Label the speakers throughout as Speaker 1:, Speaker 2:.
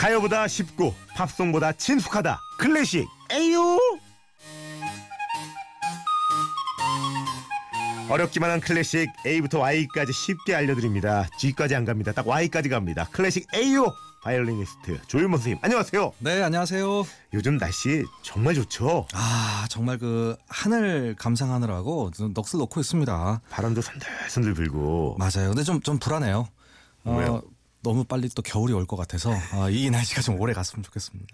Speaker 1: 노래보다 쉽고 팝송보다 친숙하다 클래식 에유 어렵기만한 클래식 A부터 Y까지 쉽게 알려드립니다 G까지 안 갑니다 딱 Y까지 갑니다 클래식 에유 바이올리니스트 조윤모 선생님 안녕하세요
Speaker 2: 네, 안녕하세요.
Speaker 1: 요즘 날씨 정말 좋죠
Speaker 2: 아, 정말 그 하늘 감상하느라고 좀 넋을 놓고 있습니다.
Speaker 1: 바람도 선들선들 불고
Speaker 2: 맞아요. 근데 좀, 좀 불안해요. 어,
Speaker 1: 왜요?
Speaker 2: 너무 빨리 또 겨울이 올 것 같아서 아, 이 날씨가 좀 오래 갔으면 좋겠습니다.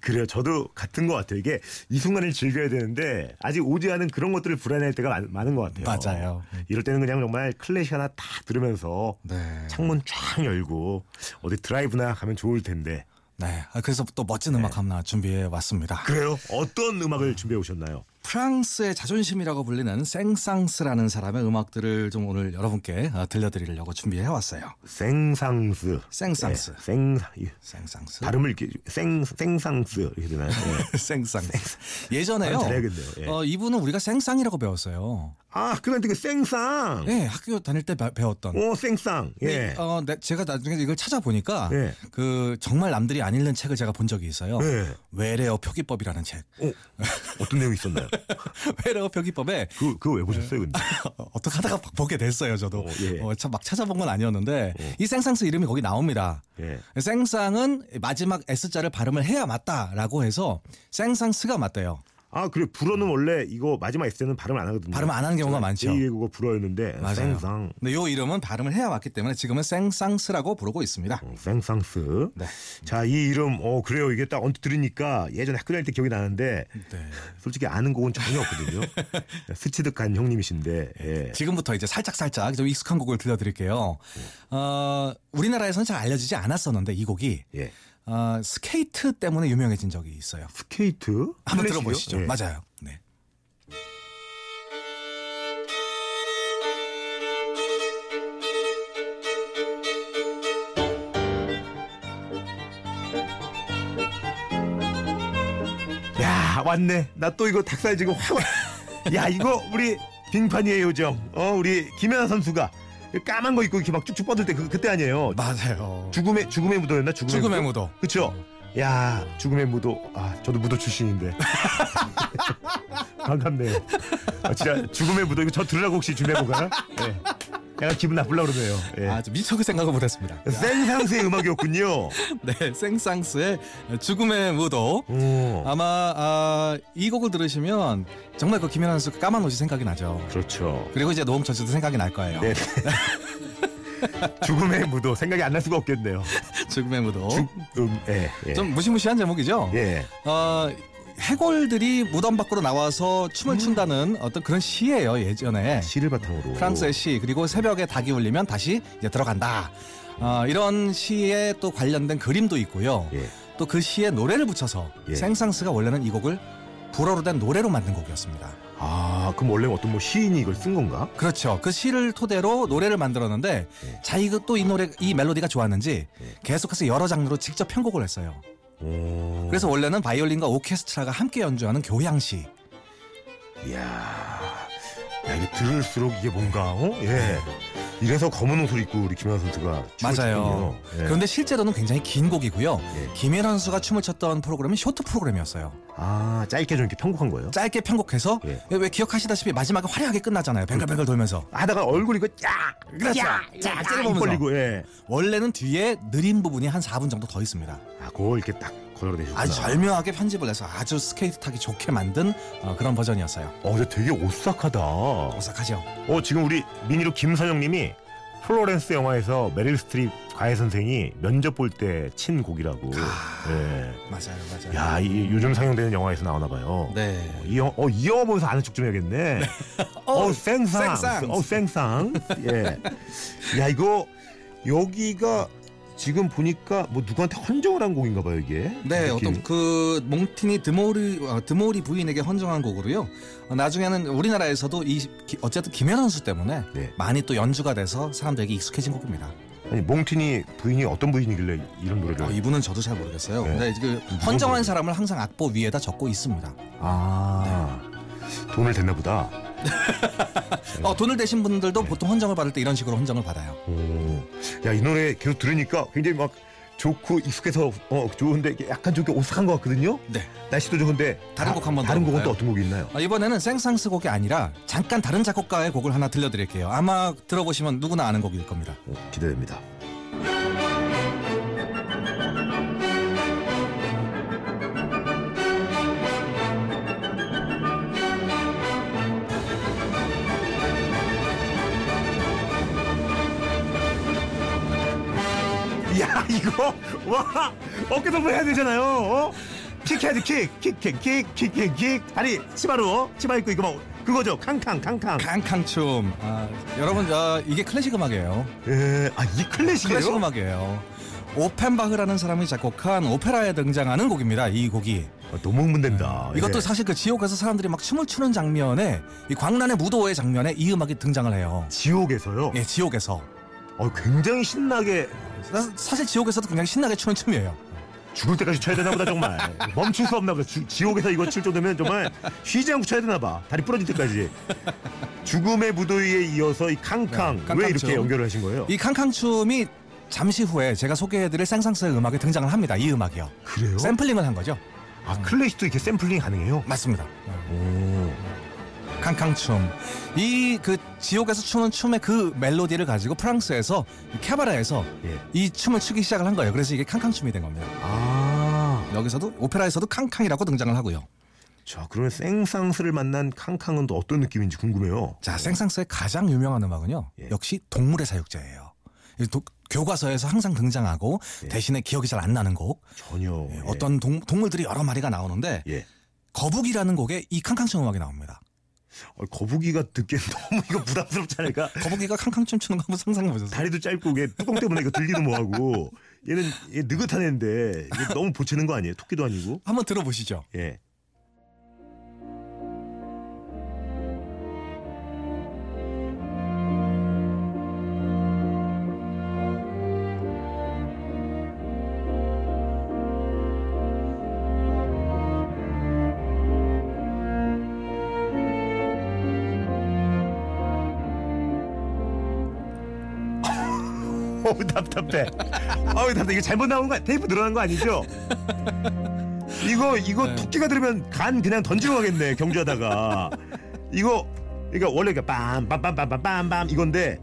Speaker 1: 그래요. 저도 같은 것 같아요. 이게 이 순간을 즐겨야 되는데 아직 오지 않은 그런 것들을 불안해할 때가 많- 많은 것 같아요.
Speaker 2: 맞아요.
Speaker 1: 이럴 때는 그냥 정말 클래식 하나 딱 들으면서
Speaker 2: 네.
Speaker 1: 창문 쫙 열고 어디 드라이브나 가면 좋을 텐데.
Speaker 2: 네. 아, 그래서 또 멋진
Speaker 1: 네.
Speaker 2: 음악 하나 준비해 왔습니다.
Speaker 1: 그래요? 어떤 음악을 준비해 오셨나요?
Speaker 2: 프랑스의 자존심이라고 불리는 생상스라는 사람의 음악들을 좀 오늘 여러분께 아, 들려드리려고 준비해 왔어요.
Speaker 1: 생상스.
Speaker 2: 생상스.
Speaker 1: 네, 생 이-
Speaker 2: 생상스.
Speaker 1: 발음을 이렇게 생 생상스 이렇게 되나요? 네.
Speaker 2: 생상.
Speaker 1: 발음
Speaker 2: 예전에요.
Speaker 1: 잘해야겠네요. 예.
Speaker 2: 어, 이분은 우리가 생상이라고 배웠어요.
Speaker 1: 아, 그건 되게 생상.
Speaker 2: 예, 학교 다닐 때 배- 배웠던.
Speaker 1: 오, 생상. 예.
Speaker 2: 어, 내- 제가 나중에 이걸 찾아보니까
Speaker 1: 예.
Speaker 2: 그 정말 남들이 안 읽는 책을 제가 본 적이 있어요.
Speaker 1: 네.
Speaker 2: 외래어 표기법이라는 책.
Speaker 1: 어, 어떤 내용이 있었나요?
Speaker 2: 외래어 표기법에
Speaker 1: 그 그거 왜 보셨어요, 근데?
Speaker 2: 어떻게 하다가 막 보게 됐어요, 저도.
Speaker 1: 어, 예. 어.
Speaker 2: 어, 참막 찾아본 건 아니었는데 이 생상스 이름이 거기 나옵니다.
Speaker 1: 예.
Speaker 2: 생상은 마지막 S자를 발음을 해야 맞다라고 해서 생상스가 맞대요.
Speaker 1: 아 그래 불어는 원래 이거 마지막 S 는 발음 안 하거든요.
Speaker 2: 음. 발음 안 하는 경우가 많죠.
Speaker 1: 제2외국어 불어였는데 네. 예, 생상
Speaker 2: 근데 요 이름은 발음을 해야 맞기 때문에 지금은 생상스라고 부르고 있습니다.
Speaker 1: 어, 생상스.
Speaker 2: 네.
Speaker 1: 자 이 이름 어 그래요 이게 딱 언뜻 들으니까 예전에 학교 다닐 때 기억이 나는데
Speaker 2: 네.
Speaker 1: 솔직히 아는 곡은 전혀 없거든요. 스치듯한 형님이신데 예.
Speaker 2: 지금부터 이제 살짝살짝 좀 익숙한 곡을 들려드릴게요. 어, 우리나라에서는 잘 알려지지 않았었는데 이 곡이
Speaker 1: 예.
Speaker 2: 어, 스케이트 때문에 유명해진 적이 있어요.
Speaker 1: 스케이트
Speaker 2: 한번
Speaker 1: 클래식이요?
Speaker 2: 들어보시죠.
Speaker 1: 예.
Speaker 2: 맞아요. 네.
Speaker 1: 야 왔네. 나 또 이거 닭살 지금 확. 와- 야 이거 우리 빙판이에요 요정. 어 우리 김연아 선수가 까만 거 입고 이렇게 막 쭉쭉 뻗을 때 그, 그때 아니에요.
Speaker 2: 맞아요. 네.
Speaker 1: 죽음의 죽음의 무도였나 죽음의,
Speaker 2: 죽음의
Speaker 1: 무도?
Speaker 2: 무도.
Speaker 1: 그쵸? 야 죽음의 무도 아 저도 무도 출신인데 반갑네요 아, 진짜 죽음의 무도 이거 저 들으라고 혹시 준비해 볼까요? 예. 약간 기분 나쁘려고 그러네요 예.
Speaker 2: 아, 좀 미처 그 생각을 못했습니다.
Speaker 1: 생상스의 음악이었군요
Speaker 2: 네, 생상스의 죽음의 무도.
Speaker 1: 오,
Speaker 2: 아마 아, 이 곡을 들으시면 정말 그 김연아 선수 까만 옷이 생각이 나죠.
Speaker 1: 그렇죠
Speaker 2: 그리고 이제 노홍철 씨도 생각이 날 거예요.
Speaker 1: 네. 죽음의 무도 생각이 안 날 수가 없겠네요 어?
Speaker 2: 죽음의 무도.
Speaker 1: 죽음 예, 예.
Speaker 2: 좀 무시무시한 제목이죠.
Speaker 1: 예.
Speaker 2: 어, 해골들이 무덤 밖으로 나와서
Speaker 1: 음.
Speaker 2: 춤을 춘다는 어떤 그런 시예요 예전에
Speaker 1: 시를 바탕으로
Speaker 2: 프랑스의 시 그리고 새벽에 닭이 울리면 다시 이제 들어간다 어, 이런 시에 또 관련된 그림도 있고요
Speaker 1: 예.
Speaker 2: 또 그 시에 노래를 붙여서
Speaker 1: 예.
Speaker 2: 생상스가 원래는 이 곡을 불어로 된 노래로 만든 곡이었습니다
Speaker 1: 아 그럼 원래 어떤 뭐 시인이 이걸 쓴 건가?
Speaker 2: 그렇죠 그 시를 토대로 노래를 만들었는데
Speaker 1: 예.
Speaker 2: 자기가 또 이 노래 이 멜로디가 좋았는지
Speaker 1: 예.
Speaker 2: 계속해서 여러 장르로 직접 편곡을 했어요
Speaker 1: 오.
Speaker 2: 그래서 원래는 바이올린과 오케스트라가 함께 연주하는 교향시
Speaker 1: 이야, 야, 이게 들을수록 이게 뭔가, 어? 예. 이래서 검은 옷을 입고 우리 김연아 선수가 춤을
Speaker 2: 네. 맞아요.
Speaker 1: 추군요. 예.
Speaker 2: 그런데 실제로는 굉장히 긴 곡이고요.
Speaker 1: 예.
Speaker 2: 김혜란 선수가 춤을 췄던 프로그램이 쇼트 프로그램이었어요.
Speaker 1: 아, 짧게 좀 이렇게 편곡한 거예요?
Speaker 2: 짧게 편곡해서
Speaker 1: 예.
Speaker 2: 왜 기억하시다시피 마지막에 화려하게 끝나잖아요. 뱅글뱅글 돌면서.
Speaker 1: 하다가 얼굴이 그 야,
Speaker 2: 그렇죠.
Speaker 1: 야,
Speaker 2: 쫙
Speaker 1: 야,
Speaker 2: 찌르면서.
Speaker 1: 입 벌리고, 예.
Speaker 2: 원래는 뒤에 느린 부분이 한 4분 정도 더 있습니다.
Speaker 1: 아, 그걸 이렇게 딱 걸어내셨구나.
Speaker 2: 아주 절묘하게 편집을 해서 아주 스케이트 타기 좋게 만든 어, 그런 버전이었어요.
Speaker 1: 어, 근데 되게 오싹하다. 어,
Speaker 2: 오싹하죠?
Speaker 1: 지금 우리 미니로 김선영님이 플로렌스 영화에서 메릴 스트립 과외 선생이 면접 볼 때 친 곡이라고.
Speaker 2: 아.
Speaker 1: 예.
Speaker 2: 맞아요, 맞아요.
Speaker 1: 야, 이 요즘 상영되는 영화에서 나오나 봐요.
Speaker 2: 네.
Speaker 1: 이 영화, 어, 이 영화 보면서 아는 척 좀 해야겠네. 어, 생상.
Speaker 2: 생상.
Speaker 1: 어, 생상. 예. 야, 이거, 여기가 지금 보니까 뭐 누구한테 헌정을 한 곡인가 봐요, 이게.
Speaker 2: 네,
Speaker 1: 느낌이.
Speaker 2: 어떤 그 몽티니 드모리 어, 드모리 부인에게 헌정한 곡으로요. 어, 나중에는 우리나라에서도 이 기- 어쨌든 김연아 선수 때문에
Speaker 1: 네.
Speaker 2: 많이 또 연주가 돼서 사람들에게 익숙해진 곡입니다.
Speaker 1: 아니, 몽티니 부인이 어떤 부인이길래 이런 노래를.
Speaker 2: 어, 이분은 저도 잘 모르겠어요.
Speaker 1: 네.
Speaker 2: 근데 그 헌정한 사람을 항상 악보 위에다 적고 있습니다.
Speaker 1: 네. 아. 돈을 댔나 보다.
Speaker 2: 어, 돈을 대신
Speaker 1: 네.
Speaker 2: 분들도 보통 헌정을 받을 때 이런 식으로 헌정을 받아요.
Speaker 1: 오. 야, 이 노래 계속 들으니까 굉장히 막 좋고 익숙해서 어 좋은데 이게 약간 좋게 오싹한 것 같거든요.
Speaker 2: 네.
Speaker 1: 날씨도 좋은데
Speaker 2: 다른
Speaker 1: 다-
Speaker 2: 곡 한번
Speaker 1: 다른 곡은 또
Speaker 2: 들어볼까요?
Speaker 1: 어떤 곡이 있나요?
Speaker 2: 아, 이번에는 생상스 곡이 아니라 잠깐 다른 작곡가의 곡을 하나 들려드릴게요. 아마 들어보시면 누구나 아는 곡일 겁니다.
Speaker 1: 어, 기대됩니다. 야 이거 와 어깨 동무 해야 되잖아요. 어? 킥 해야지 킥킥킥킥킥킥킥 아니 치마로 치마 입고 이거 막 그거죠 캉캉 캉캉.
Speaker 2: 캉캉춤. 아, 여러분 아, 이게 클래식 음악이에요.
Speaker 1: 에아이 클래식이에요?
Speaker 2: 클래식 음악이에요. 오펜바흐라는 사람이 작곡한 오페라에 등장하는 곡입니다. 이 곡이
Speaker 1: 아, 너무 흥분된다.
Speaker 2: 이것도
Speaker 1: 예.
Speaker 2: 사실 그 지옥에서 사람들이 막 춤을 추는 장면에 이 광란의 무도회 장면에 이 음악이 등장을 해요.
Speaker 1: 지옥에서요.
Speaker 2: 예, 지옥에서
Speaker 1: 어, 굉장히 신나게
Speaker 2: 사- 사실 지옥에서도 굉장히 신나게 추는 춤이에요.
Speaker 1: 죽을 때까지 쳐야 되나 보다 정말 멈출 수 없나 보다 주- 지옥에서 이거 칠 정도면 정말 쉬지 않고 쳐야 되나 봐 다리 부러질 때까지 죽음의 무더위에 이어서 이 캉캉
Speaker 2: 네,
Speaker 1: 왜
Speaker 2: 캉캉죠.
Speaker 1: 이렇게 연결을 하신 거예요?
Speaker 2: 이 캉캉춤이 잠시 후에 제가 소개해드릴 생상스의 음악에 등장을 합니다. 이 음악이요.
Speaker 1: 그래요?
Speaker 2: 샘플링을 한 거죠.
Speaker 1: 아 클래식도 이렇게 샘플링 가능해요?
Speaker 2: 맞습니다.
Speaker 1: 오
Speaker 2: 캉캉춤. 이 그 지옥에서 추는 춤의 그 멜로디를 가지고 프랑스에서 이 캐바레에서
Speaker 1: 예.
Speaker 2: 이 춤을 추기 시작을 한 거예요. 그래서 이게 캉캉춤이 된 겁니다.
Speaker 1: 아,
Speaker 2: 여기서도 오페라에서도 캉캉이라고 등장을 하고요.
Speaker 1: 자 그러면 생상스를 만난 캉캉은 또 어떤 느낌인지 궁금해요.
Speaker 2: 자, 생상스의 가장 유명한 음악은요.
Speaker 1: 예.
Speaker 2: 역시 동물의 사육제예요. 이 도- 교과서에서 항상 등장하고
Speaker 1: 예.
Speaker 2: 대신에 기억이 잘 안 나는 곡.
Speaker 1: 전혀
Speaker 2: 예,
Speaker 1: 예.
Speaker 2: 어떤 동, 물들이 여러 마리가 나오는데
Speaker 1: 예
Speaker 2: 거북이라는 곡에 이 캉캉춤 음악이 나옵니다.
Speaker 1: 어, 거북이가 듣기엔 너무 이거 부담스럽지 않을까?
Speaker 2: 거북이가 캉캉춤 추는 거 한번 상상해 보셨어요?
Speaker 1: 다리도 짧고 이게 뚜껑 때문에 이거 들기도 뭐하고 얘는 얘 느긋한 애인데 이게 너무 보채는 거 아니에요? 토끼도 아니고
Speaker 2: 한번 들어보시죠.
Speaker 1: 예. 어우 답답해. 어우 답답해. 이거 잘못 나온 거 테이프 늘어난 거 아니죠? 이거 이거
Speaker 2: 네.
Speaker 1: 토끼가 들으면 간 그냥 던지고 가겠네 경주하다가 이거 그러니까 원래 그 빰빰빰빰빰빰빰 이건데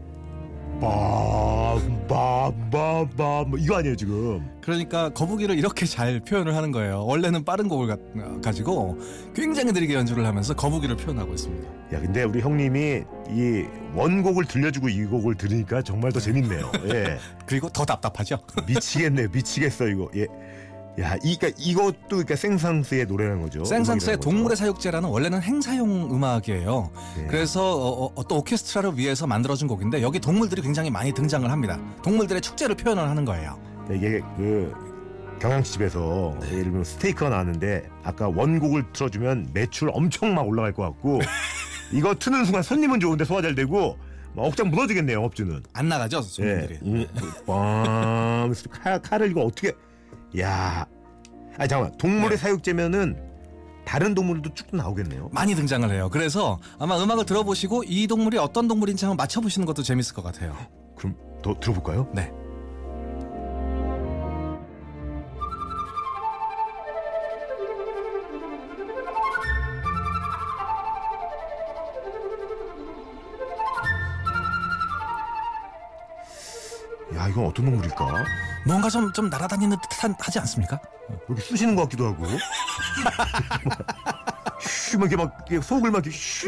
Speaker 1: 빰빰빰빰 뭐 이거 아니에요 지금
Speaker 2: 그러니까 거북이를 이렇게 잘 표현을 하는 거예요. 원래는 빠른 곡을 가, 가지고 굉장히 느리게 연주를 하면서 거북이를 표현하고 있습니다.
Speaker 1: 야 근데 우리 형님이 이 원곡을 들려주고 이 곡을 들으니까 정말 더 재밌네요 예
Speaker 2: 그리고 더 답답하죠.
Speaker 1: 미치겠네 미치겠어 이거 예. 야, 이, 그러니까 이것도 그러니까 생상스의 노래라는 거죠.
Speaker 2: 생상스의
Speaker 1: 음악이라는 거죠.
Speaker 2: 동물의 사육제라는 원래는 행사용 음악이에요.
Speaker 1: 예.
Speaker 2: 그래서 어, 어, 어떤 오케스트라를 위해서 만들어준 곡인데 여기 동물들이 굉장히 많이 등장을 합니다. 동물들의 축제를 표현을 하는 거예요.
Speaker 1: 이게 그 경양식집에서
Speaker 2: 네.
Speaker 1: 예를 들면 스테이크가 나왔는데 아까 원곡을 틀어주면 매출 엄청 막 올라갈 것 같고 이거 트는 순간 손님은 좋은데 소화 잘 되고 막 억장 무너지겠네요 영업주는.
Speaker 2: 안 나가죠, 손님들이.
Speaker 1: 음,
Speaker 2: 네.
Speaker 1: 빰, 칼, 칼을 이거 어떻게? 야, 아 잠깐만 동물의
Speaker 2: 네.
Speaker 1: 사육제면은 다른 동물도 쭉 나오겠네요.
Speaker 2: 많이 등장을 해요. 그래서 아마 음악을 들어보시고 이 동물이 어떤 동물인지 한번 맞춰보시는 것도 재밌을 것 같아요.
Speaker 1: 그럼 더 들어볼까요?
Speaker 2: 네.
Speaker 1: 야 이건 어떤 동물일까?
Speaker 2: 뭔가 좀, 좀 날아다니는 듯한 하지 않습니까?
Speaker 1: 이렇게 쑤시는 것 같기도 하고. 슈, 막 이렇게 막 이렇게 속을 막 이렇게 슈,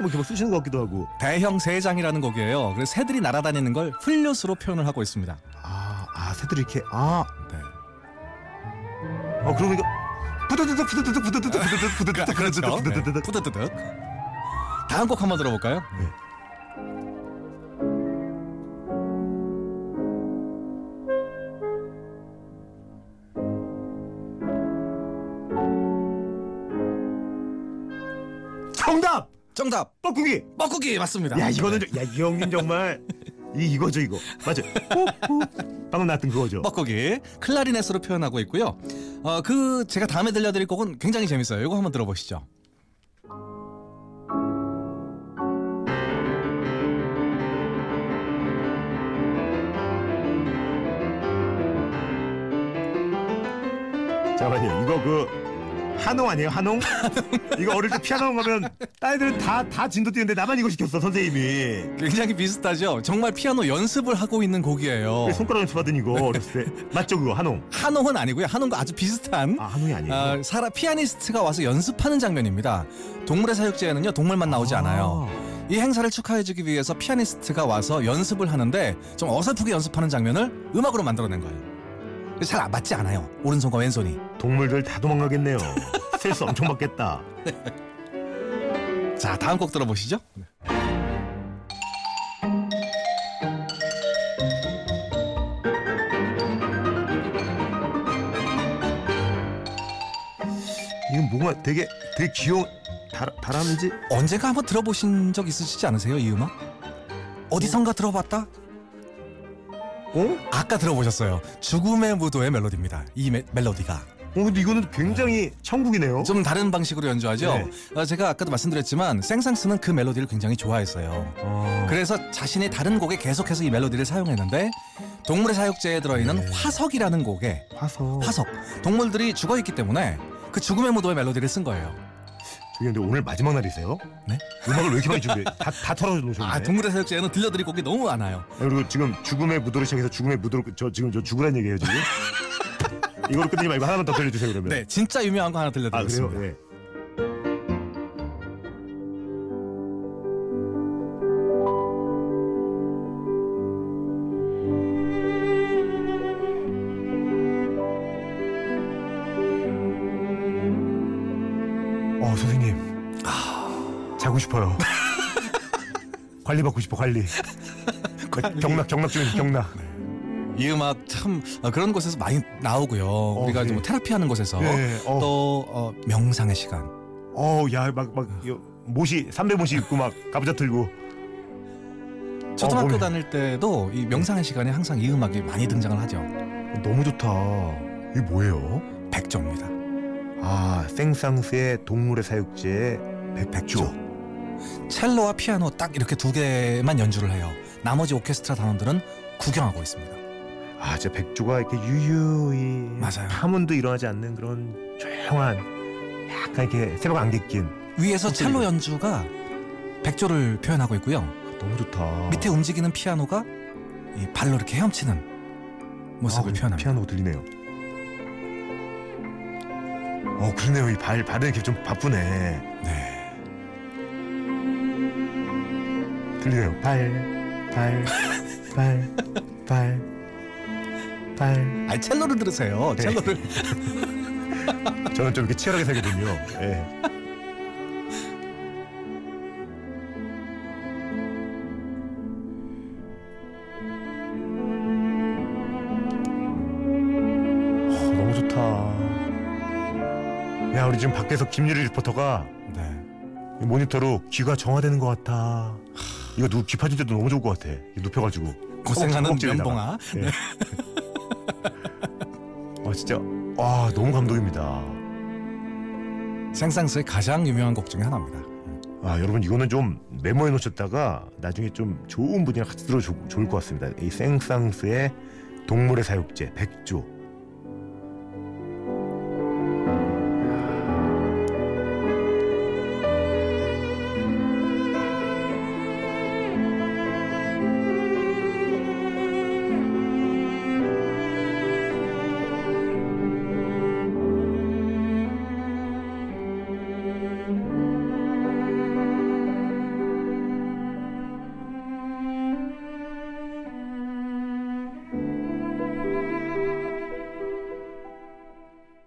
Speaker 1: 막 이렇게 막 쑤시는 것 같기도 하고.
Speaker 2: 대형 새장이라는 곡이에요. 그래서 새들이 날아다니는 걸 플룻으로 표현을 하고 있습니다.
Speaker 1: 아, 아, 새들이 이렇게, 아,
Speaker 2: 네.
Speaker 1: 어, 그러고 이거, 부드드득, 부드드득, 부드드득, 부드드득, 부드드득, 부드드득, 부드드득.
Speaker 2: 푸드드득. 그렇죠? 네. 다음 곡 한번 들어볼까요?
Speaker 1: 정답!
Speaker 2: 정답.
Speaker 1: 뻐꾸기!
Speaker 2: 뻐꾸기 맞습니다. 네.
Speaker 1: 야, 이거는, 좀- 야, 이 형님 정말, 이, 이거죠, 이거. 맞아. 호, 호. 방금 나왔던 그거죠.
Speaker 2: 뻐꾸기 클라리넷으로 표현하고 있고요. 어, 그 제가 다음에 들려드릴 곡은 굉장히 재밌어요. 이거 한번 들어보시죠.
Speaker 1: 잠깐만요. 이거 그 한홍 아니에요? 한홍? 이거 어릴 때 피아노 가면 딸들은 다 다 진도 뛰는데 나만 이거 시켰어 선생님이.
Speaker 2: 굉장히 비슷하죠. 정말 피아노 연습을 하고 있는 곡이에요.
Speaker 1: 손가락 연습하던 이거 어렸을 때 맞죠 그거 한홍.
Speaker 2: 한홍은 아니고요. 한홍과 아주 비슷한
Speaker 1: 아 한홍이 아니에요.
Speaker 2: 아, 사라 피아니스트가 와서 연습하는 장면입니다. 동물의 사육제에는요 동물만 나오지 않아요. 이 행사를 축하해주기 위해서 피아니스트가 와서 연습을 하는데 좀 어설프게 연습하는 장면을 음악으로 만들어낸 거예요. 잘 안 맞지 않아요. 오른손과 왼손이.
Speaker 1: 아, 동물들 다 도망가겠네요. 스트레스 엄청 받겠다.
Speaker 2: 자 다음 곡 들어보시죠.
Speaker 1: 이건 뭔가 되게 되게 귀여운 다, 다람쥐?
Speaker 2: 언젠가 한번 들어보신 적 있으시지 않으세요 이 음악? 어디선가 들어봤다?
Speaker 1: 어?
Speaker 2: 아까 들어보셨어요. 죽음의 무도의 멜로디입니다. 이 메, 멜로디가
Speaker 1: 어 근데 이거는 굉장히 천국이네요.
Speaker 2: 좀 다른 방식으로 연주하죠.
Speaker 1: 네.
Speaker 2: 어, 제가 아까도 말씀드렸지만 생상스는 그 멜로디를 굉장히 좋아했어요.
Speaker 1: 아,
Speaker 2: 그래서 자신의 다른 곡에 계속해서 이 멜로디를 사용했는데 동물의 사육제에 들어있는
Speaker 1: 네. 어.
Speaker 2: 화석이라는 곡에
Speaker 1: 화석.
Speaker 2: 화석 동물들이 죽어 있기 때문에 그 죽음의 무도의 멜로디를 쓴 거예요.
Speaker 1: 저기 근데 오늘 마지막 날이세요?
Speaker 2: 네?
Speaker 1: 음악을 왜 이렇게 많이 준비해? 다, 다 털어놓으셨네.
Speaker 2: 아 동물의 사육제에는 들려드릴 곡이 너무 많아요.
Speaker 1: 그리고 지금 죽음의 무도로 시작해서 죽음의 무도로 끝- 저 지금 저 죽으란 얘기예요 지금. 이거로 끝내지 말고 하나만 더 들려주세요 그러면.
Speaker 2: 네, 진짜 유명한 거 하나
Speaker 1: 아 그래요?
Speaker 2: 들려드리겠습니다.
Speaker 1: 네. 어 선생님 자고 싶어요. 관리 받고 싶어 관리. 경락 경락 중에 경락.
Speaker 2: 이 음악 참 어, 그런 곳에서 많이 나오고요. 우리가
Speaker 1: 네.
Speaker 2: 뭐 테라피하는 곳에서
Speaker 1: 예, 어.
Speaker 2: 또 네. 어, 명상의 시간.
Speaker 1: 어우 야막 막 모시 삼대 모시 입고 막 가부좌 들고
Speaker 2: 초등학교
Speaker 1: 몸에.
Speaker 2: 다닐 때도 이 명상의 시간에 항상 이 음악이 많이 등장을 하죠.
Speaker 1: 너무 좋다 이게 뭐예요?
Speaker 2: 백조입니다.
Speaker 1: 아 생상스의 동물의 사육지에 백백조
Speaker 2: 첼로와 피아노 딱 이렇게 두 개만 연주를 해요. 나머지 오케스트라 단원들은 구경하고 있습니다.
Speaker 1: 아 진짜 백조가 이렇게 유유히
Speaker 2: 맞아요.
Speaker 1: 파문도 일어나지 않는 그런 조용한 약간 이렇게 새벽 안개 낀
Speaker 2: 위에서
Speaker 1: 소리가.
Speaker 2: 첼로 연주가 백조를 표현하고 있고요.
Speaker 1: 너무 좋다
Speaker 2: 밑에 움직이는 피아노가 이 발로 이렇게 헤엄치는 모습을
Speaker 1: 아,
Speaker 2: 표현합니다.
Speaker 1: 피아노 들리네요 어 그러네요 이 발 발은 이렇게 좀 바쁘네
Speaker 2: 네.
Speaker 1: 들리네요 발발발발발
Speaker 2: 아, 첼로를 들으세요.
Speaker 1: 네.
Speaker 2: 첼로를.
Speaker 1: 저는 좀 이렇게 치열하게 살거든요. 예. 어, 너무 좋다. 야, 우리 지금 밖에서 김유리 리포터가
Speaker 2: 네.
Speaker 1: 이 모니터로 귀가 정화되는 것 같아. 이거 누구 귀 파줄 때도 너무 좋을 것 같아. 이거 눕혀가지고.
Speaker 2: 고생하는
Speaker 1: 허벅지에다가.
Speaker 2: 면봉아.
Speaker 1: 예. 아 진짜 와 너무 감동입니다.
Speaker 2: 생상스의 가장 유명한 곡 중에 하나입니다.
Speaker 1: 아 여러분 이거는 좀 메모해 놓으셨다가 나중에 좀 좋은 분이랑 같이 들어 좋을 것 같습니다. 이 생상스의 동물의 사육제 백조